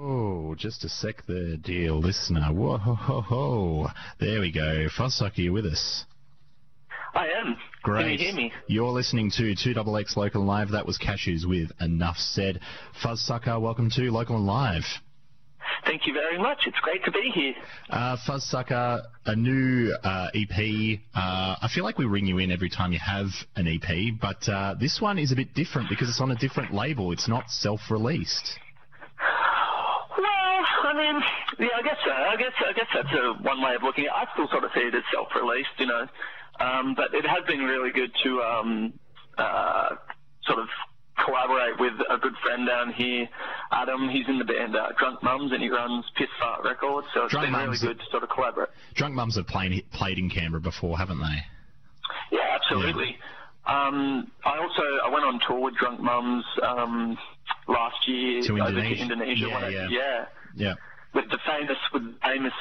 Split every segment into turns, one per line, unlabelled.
Oh, just a sec there, dear listener. Whoa, ho, ho, ho. There we go. Fuzzsucker, you with us?
I am.
Great.
Can you hear me?
You're listening to 2XX Local and Live. That was Cashews with Enough Said. Fuzzsucker, welcome to Local and Live.
Thank you very much. It's great to be here.
Uh, Fuzzsucker, a new uh, EP. Uh, I feel like we ring you in every time you have an EP, but uh, this one is a bit different because it's on a different label. It's not self-released.
Well, I mean, yeah, I guess so. I guess I guess that's a, one way of looking at. it. I still sort of see it as self-released, you know. Um, but it has been really good to um, uh, sort of collaborate with a good friend down here, Adam. He's in the band uh, Drunk Mums, and he runs Piss Fart Records. So it's
Drunk
been
Mums.
really good to sort of collaborate.
Drunk Mums have played, played in Canberra before, haven't they?
Yeah, absolutely. Um, I also I went on tour with Drunk Mums um, last year
To
over
Indonesia.
to Indonesia.
Yeah,
when I-
yeah.
yeah.
Yeah.
With the famous with the famous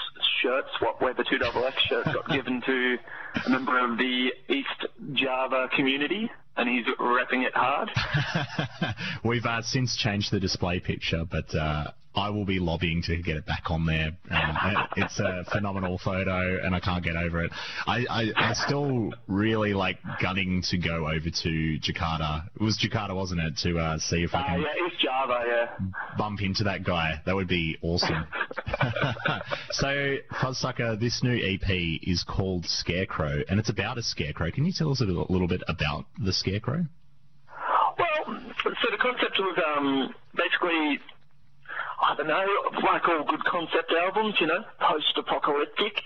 shirt swap, where the two double X shirt got given to a member of the East Java community, and he's repping it hard.
We've uh, since changed the display picture, but uh, I will be lobbying to get it back on there. Um, it- it's a phenomenal photo, and I can't get over it. I, I, I still really like gunning to go over to Jakarta. It was Jakarta, wasn't it? To uh, see if I
Uh,
can
yeah, East Java. Yeah.
bump into that guy. That would be awesome. so, Fuzzsucker, this new EP is called Scarecrow, and it's about a scarecrow. Can you tell us a little little bit about the scarecrow?
Well, so the concept was um, basically, I don't know, like all good concept albums, you know, post-apocalyptic.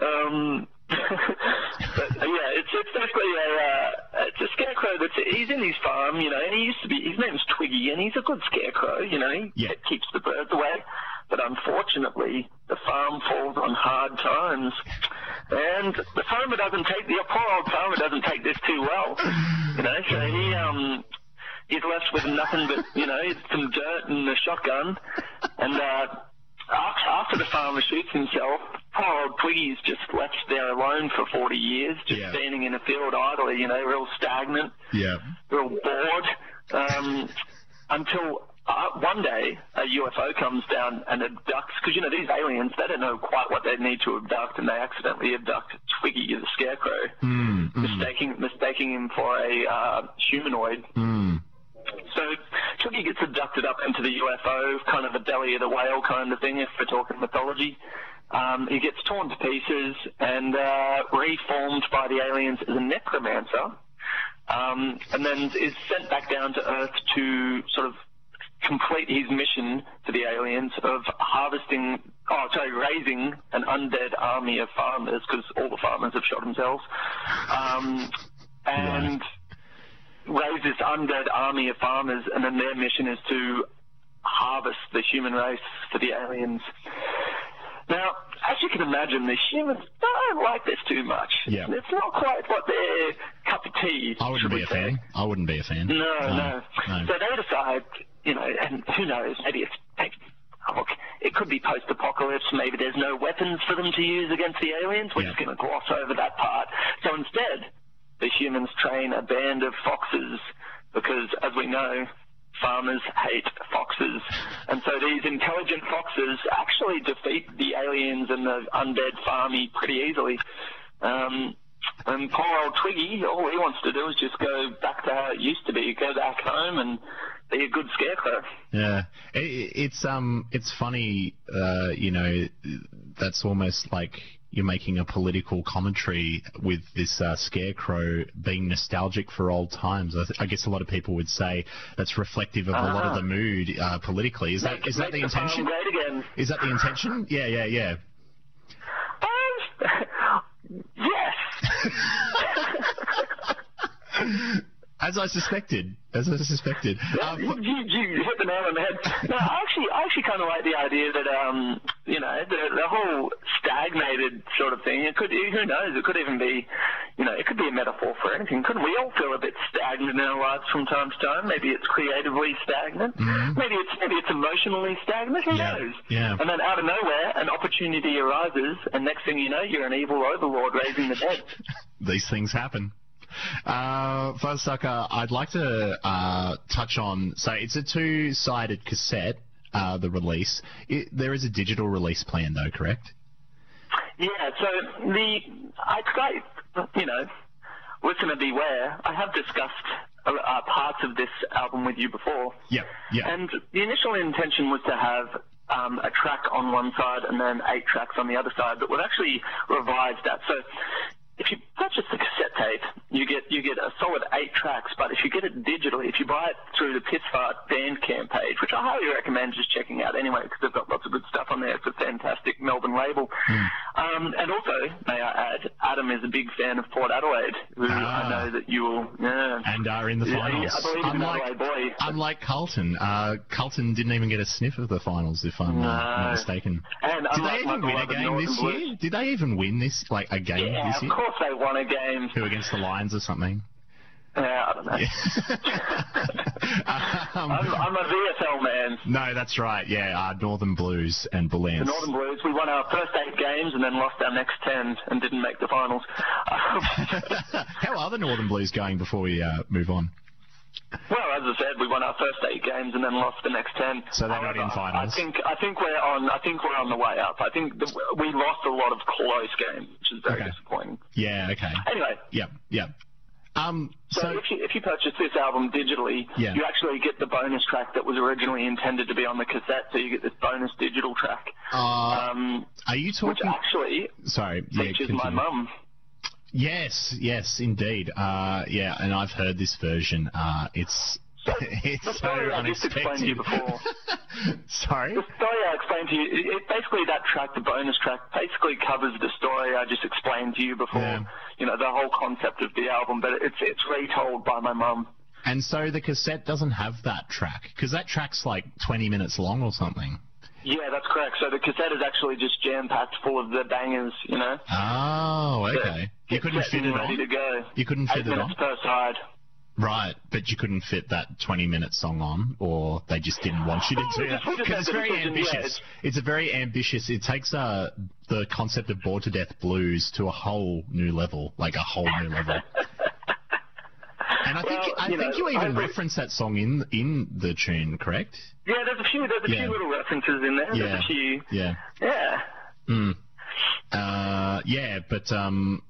Um, but yeah, it's, it's basically a uh, it's a scarecrow that's he's in his farm, you know, and he used to be his name's Twiggy, and he's a good scarecrow, you know, he
Yeah.
keeps the birds away. But unfortunately, the farm falls on hard times. And the farmer doesn't take the poor old farmer doesn't take this too well, you know. So he um he's left with nothing but you know some dirt and a shotgun. And uh, after, after the farmer shoots himself, poor old Twiggy's just left there alone for 40 years, just
Yeah.
standing in a field idly, you know, real stagnant
Yeah.
real bored um, until uh, one day a UFO comes down and abducts. Because you know these aliens, they don't know quite what they need to abduct, and they accidentally abduct Twiggy the scarecrow,
Mm, mm,
mistaking mistaking him for a uh, humanoid.
mm.
So Twiggy gets abducted up into the UFO, kind of the belly of the whale kind of thing, if we're talking mythology. Um, he gets torn to pieces and uh, reformed by the aliens as a necromancer, um, and then is sent back down to Earth to sort of complete his mission to the aliens of harvesting, oh, sorry, raising an undead army of farmers because all the farmers have shot themselves. Um, and raise this undead army of farmers, and then their mission is to harvest the human race for the aliens. Now, as you can imagine, the humans don't like this too much.
Yeah.
It's not quite what their cup of tea.
I wouldn't
should
be
we
a
say.
fan. I wouldn't be a fan. Um,
No, no,
no.
So they decide, you know, and who knows? Maybe it's maybe, look, it could be post-apocalypse. Maybe there's no weapons for them to use against the aliens. We're
Yeah.
just going to gloss over that part. So instead, the humans train a band of foxes because, as we know. Farmers hate foxes, and so these intelligent foxes actually defeat the aliens and the undead farmy pretty easily. Um, and poor old Twiggy, all he wants to do is just go back to how it used to be, go back home and be a good scarecrow.
Yeah, I- I it's um, it's funny. Uh, you know, that's almost like you're making a political commentary with this uh, scarecrow being nostalgic for old times. I, th- I guess a lot of people would say that's reflective of a lot of
Ah.
the mood uh, politically. Is that is that
Make
the
farm
intention?
Great again.
Is that the intention? Yeah, yeah, yeah.
Um, yes.
As I suspected. As I suspected. Uh,
Um, you,
wh-
you you hit the nail on the head. No, I actually, I actually kind of like the idea that, um, you know, the, the whole stagnated sort of thing. It could, who knows? It could even be, you know, it could be a metaphor for anything. Couldn't we all feel a bit stagnant in our lives from time to time? Maybe it's creatively stagnant. Maybe it's maybe it's emotionally stagnant. Who
Mm-hmm. Yeah,
knows?
yeah.
And then out of nowhere, an opportunity arises, and next thing you know, you're an evil overlord raising the dead.
these things happen. Uh, Fuzzsucker, I'd like to uh, touch on. So it's a two-sided cassette. uh, the release. It, there is a digital release plan, though, correct?
Yeah, so the I try, you know, listener beware. I have discussed uh, uh, parts of this album with you before.
Yeah, yeah.
And the initial intention was to have um, a track on one side and then eight tracks on the other side, but we've actually revised that. So if you purchase the cassette tape, you get you get a solid eight tracks. But if you get it digitally, if you buy it through the Pitchfork Bandcamp page, which I highly recommend just checking out anyway, because they've got lots of good stuff on there. It's a fantastic Melbourne label.
Mm.
Um, and also, may I add, Adam is a big fan of Port Adelaide, who
Ah.
I know that you will. Yeah.
And are in the
Yeah, I
finals.
believe in
unlike,
Adelaide boy.
unlike Carlton, uh, Carlton didn't even get a sniff of the finals, if I'm uh, not
No.
mistaken.
And
Did
unlike
they even
Michael
win a
Love and
game
Northern
this
Blues-
year? Did they even win this, like a game
Yeah,
this
of
year?
course they won a game.
Who against the Lions or something?
Uh, I don't know.
Yeah. Um,
I'm, I'm a VFL man.
no, that's right. Yeah, uh, Northern Blues and Bullants.
The Northern Blues, we won our first eight games and then lost our next ten and didn't make the finals. Um,
How are the Northern Blues going before we uh, move on?
well, as I said, we won our first eight games and then lost the next ten.
So they're not in
However,
finals.
I think I think we're on. I think we're on the way up. I think the, we lost a lot of close games, which is very
Okay.
disappointing.
Yeah, okay.
Anyway,
Yep, yep. Um,
So,
so,
if, you, if you purchase this album digitally,
Yeah.
you actually get the bonus track that was originally intended to be on the cassette. So you get this bonus digital track,
uh,
um,
are you
which
talking?
actually
Sorry, yeah,
features my
continue.
mum.
Yes, yes, indeed. Uh, yeah, and I've heard this version. Uh, it's
The
it's so
story I just
unexpected.
explained to you before.
Sorry.
The story I explained to you, it, it basically that track, the bonus track, basically covers the story I just explained to you before.
Yeah.
You know, the whole concept of the album, but it's it's retold by my mum.
And so the cassette doesn't have that track because that track's like 20 minutes long or something.
Yeah, that's correct. So the cassette is actually just jam packed full of the bangers. You know,
Oh,
The
okay. You couldn't
cassette
fit
and
it
ready
on.
to go.
You couldn't fit
Eight
it
minutes
on.
per side.
Right, but you couldn't fit that 20 minute song on, or they just didn't want you to
Oh,
do
we
that.
just- we just
Because
had
it's
the
very
decision, yeah,
ambitious.
it's-
It's a very ambitious, it takes uh, the concept of bored to death blues to a whole new level, like a whole new level. And I think
Well,
I
you
think you
know,
even
I-
reference that song in in the tune, correct?
Yeah, there's a few. There's a
Yeah.
few little references in there.
Yeah.
There's a few.
Yeah.
Yeah.
Mm. Uh, yeah, but um,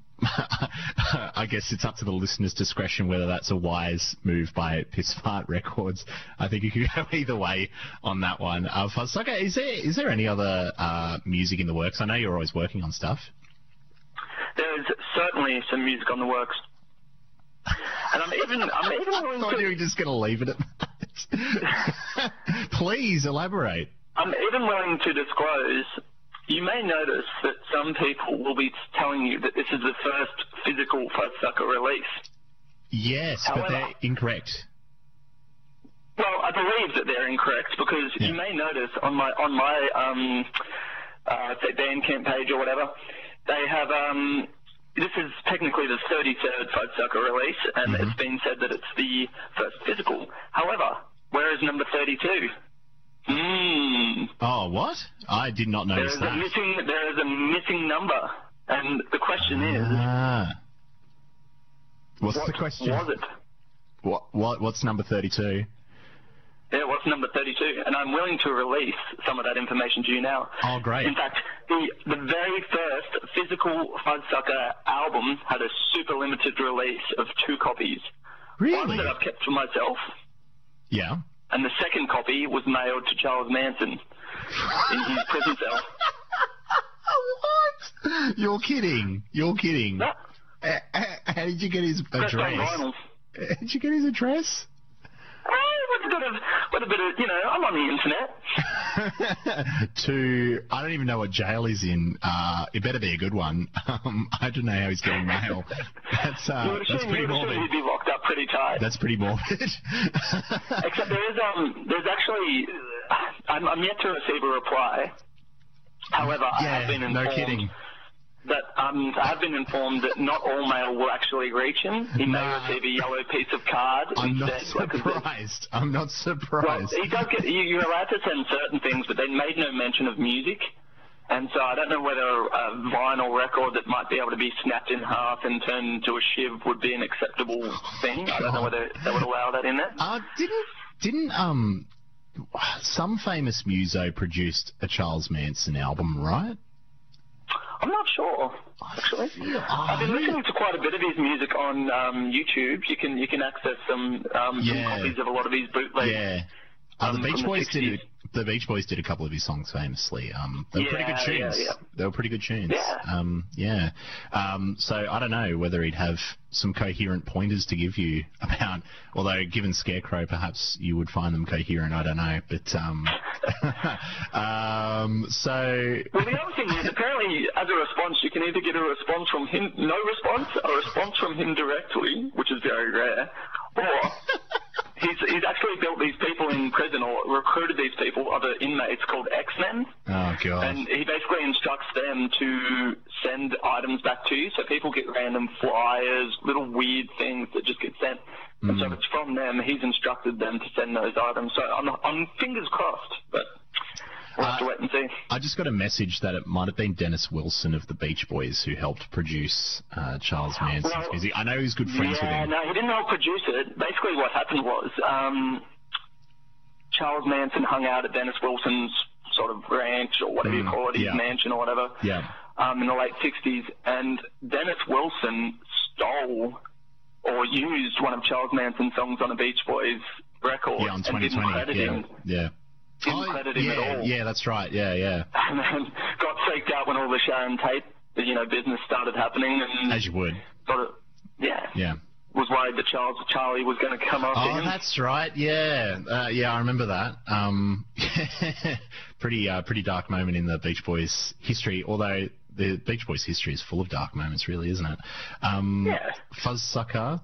I guess it's up to the listener's discretion whether that's a wise move by Pissfart Records. I think you could go either way on that one. Uh, Fuzzsucker, is there is there any other uh, music in the works? I know you're always working on stuff.
There is certainly some music on the works. And I'm even. I'm even
I
willing
thought you
to.
were just going to leave it at that. Please elaborate.
I'm even willing to disclose. You may notice that some people will be telling you that this is the first physical Fudsucker release.
Yes, but
However-
they're incorrect.
Well, I believe that they're incorrect because
Yeah.
you may notice on my on my um, uh, say Bandcamp page or whatever, they have um, this is technically the 33rd Five Sucker release, and
Mhm.
it's been said that it's the first physical. However, where is number 32? Hmm.
Oh, what? I did not
There
notice
is a
that.
missing there is a missing number, and the question is,
Ah. What's
what
the question?
was it?
What, what what's number thirty two?
Yeah, what's number 32? And I'm willing to release some of that information to you now.
Oh, great.
In fact, the, the very first physical Fudsucker album had a super limited release of two copies. One
Really?
that I've kept for myself,
Yeah.
and the second copy was mailed to Charles Manson in his prison cell.
what? You're kidding. You're kidding.
No,
Eh, eh, How did you get his
that's on
address?
vinyl.
Eh, Did you get his address?
Eh, With a bit of, with a bit of, you know, I'm on the internet.
to I don't even know what jail he's in. Uh, it better be a good one. Um, I don't know how he's getting mail. That's
You
uh,
would
that's
assume-
pretty
you would assume
morbid.
He'd be locked up pretty tight.
That's pretty morbid.
Except there is um, there's actually, I'm, I'm yet to receive a reply. However, I have been
yeah.
informed
No kidding.
that um, I have been informed that not all mail will actually reach him. He
Nah.
may receive a yellow piece of card
I'm not
instead. like a-
surprised. I'm not
well,
surprised.
he does get. You, you're allowed to send certain things, but they made no mention of music. And so I don't know whether a vinyl record that might be able to be snapped in half and turned into a shiv would be an acceptable thing. I don't know whether they would allow that in there.
Uh, didn't didn't um some famous muso produced a Charles Manson album, right?
I'm not sure. Actually,
uh,
I've been listening to quite a bit of his music on um, YouTube. You can you can access some, um, some
Yeah.
copies of a lot of his bootlegs.
Yeah. Uh, the
Um,
Beach
from the
Boys did.
60s.
The Beach Boys did a couple of his songs famously. Um, they were pretty good
Yeah, yeah,
tunes.
yeah.
They were pretty good tunes.
Yeah.
Um, yeah. Um, so I don't know whether he'd have some coherent pointers to give you about. Although, given Scarecrow, perhaps you would find them coherent. I don't know. But um, um, so
Well, the other thing is apparently, as a response, you can either get a response from him, no response, a response from him directly, which is very rare, or he's, he's actually built these people in prison or recruited these people, other inmates called X-Men,
oh god.
and he basically instructs them to send items back to you. So people get random flyers, little weird things that just get sent. And so if it's from them, he's instructed them to send those items. So I'm, I'm fingers crossed, but we'll have to wait and see.
I just got a message that it might have been Dennis Wilson of the Beach Boys who helped produce uh, Charles Manson's
Well,
music. I know he's good friends with
yeah,
him.
no, he didn't help produce it. Basically, what happened was um, Charles Manson hung out at Dennis Wilson's sort of ranch or whatever you call it, his
Mm, yeah.
mansion or whatever,
Yeah.
um, in the late 60s, and Dennis Wilson stole or used one of Charles Manson's songs on a Beach Boys record
Yeah, on
and didn't
2020.
credit
Yeah,
him.
yeah.
Didn't
Oh,
credit him
yeah,
at all.
yeah, that's right. Yeah, yeah.
And then got freaked out when all the Sharon Tate, you know, business started happening and
As you would.
sort of, yeah,
Yeah.
was worried that Charles Charlie was going to come after
Oh,
him.
that's right. Yeah, uh, yeah, I remember that. Um, pretty, uh, pretty dark moment in the Beach Boys history. Although the Beach Boys history is full of dark moments, really, isn't it? Um,
Yeah.
Fuzz Sucker.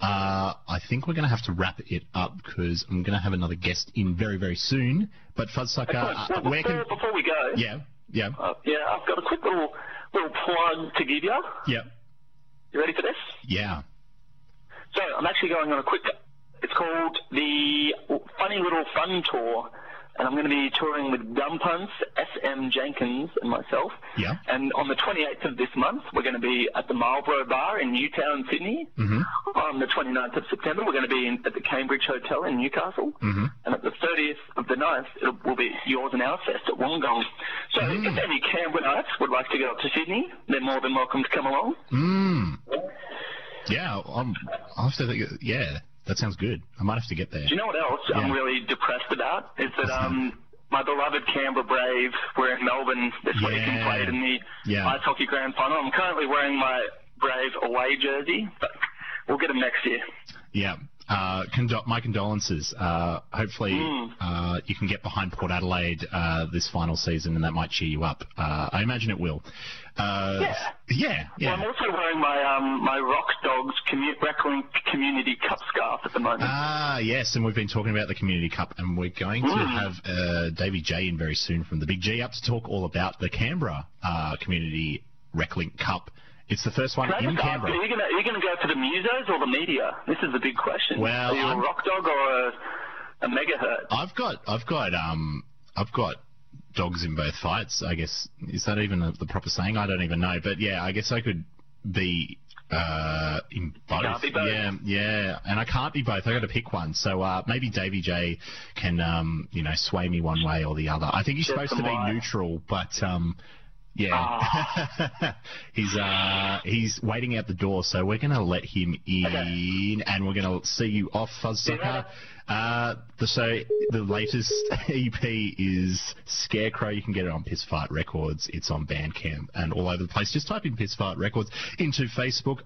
Uh, I think we're going to have to wrap it up because I'm going to have another guest in very, very soon. But Fuzz Sucker, uh,
Well,
where can?
before, before we go,
Yeah, yeah,
uh, yeah, I've got a quick little little plug to give you.
yeah,
You ready for this?
yeah.
So I'm actually going on a quick. It's called the Funny Little Fun Tour, and I'm going to be touring with Dumb Punts, S.M. Jenkins, and myself.
Yeah.
And on the 28th of this month, we're going to be at the Marlborough Bar in Newtown, Sydney.
hmm
On the 29th of September, we're going to be in, at the Cambridge Hotel in Newcastle.
Mhm.
And at the 30th of the 9th, it will be yours and our fest at Wollongong. So if any Canberrahites would like to go up to Sydney, they're more than welcome to come along.
Mm. Yeah, um, I'll have to think. Yeah, that sounds good. I might have to get there.
Do you know what else I'm
Yeah.
really depressed about? Is that um, my beloved Canberra Brave were in Melbourne this week and
Yeah.
played in the
Yeah.
ice hockey grand final. I'm currently wearing my Brave away jersey, but we'll get them next year.
Yeah. Uh, condo- my condolences. Uh, hopefully, uh, you can get behind Port Adelaide uh, this final season, and that might cheer you up. Uh, I imagine it will. Uh,
Yeah.
Yeah.
I'm
Yeah.
also wearing my um, my Rock Dogs commu- Recklink Community Cup scarf at the moment.
Ah, yes, and we've been talking about the Community Cup, and we're going to have uh, Davey J in very soon from the Big G up to talk all about the Canberra uh, Community Recklink Cup. It's the first one
Can I
in
just ask,
Canberra.
Are you gonna are you gonna go for the musos or the media? This is the big question.
Well,
are you
I'm-
a rock dog or a, a megahertz?
I've got, I've got, um, I've got dogs in both fights. I guess is that even the proper saying? I don't even know. But yeah, I guess I could be uh, in both.
can't be both.
Yeah, yeah, and I can't be both. I got to pick one. So uh, maybe Davy J can, um, you know, sway me one way or the other. I think he's
Just
supposed to
some
be
wire.
neutral, but um, yeah,
Ah.
he's uh, he's waiting out the door. So we're gonna let him in, and we're gonna see you off, Fuzz Sucker. Uh, the, so the latest EP is Scarecrow. You can get it on Piss Fart Records. It's on Bandcamp and all over the place. Just type in Piss Fart Records into Facebook.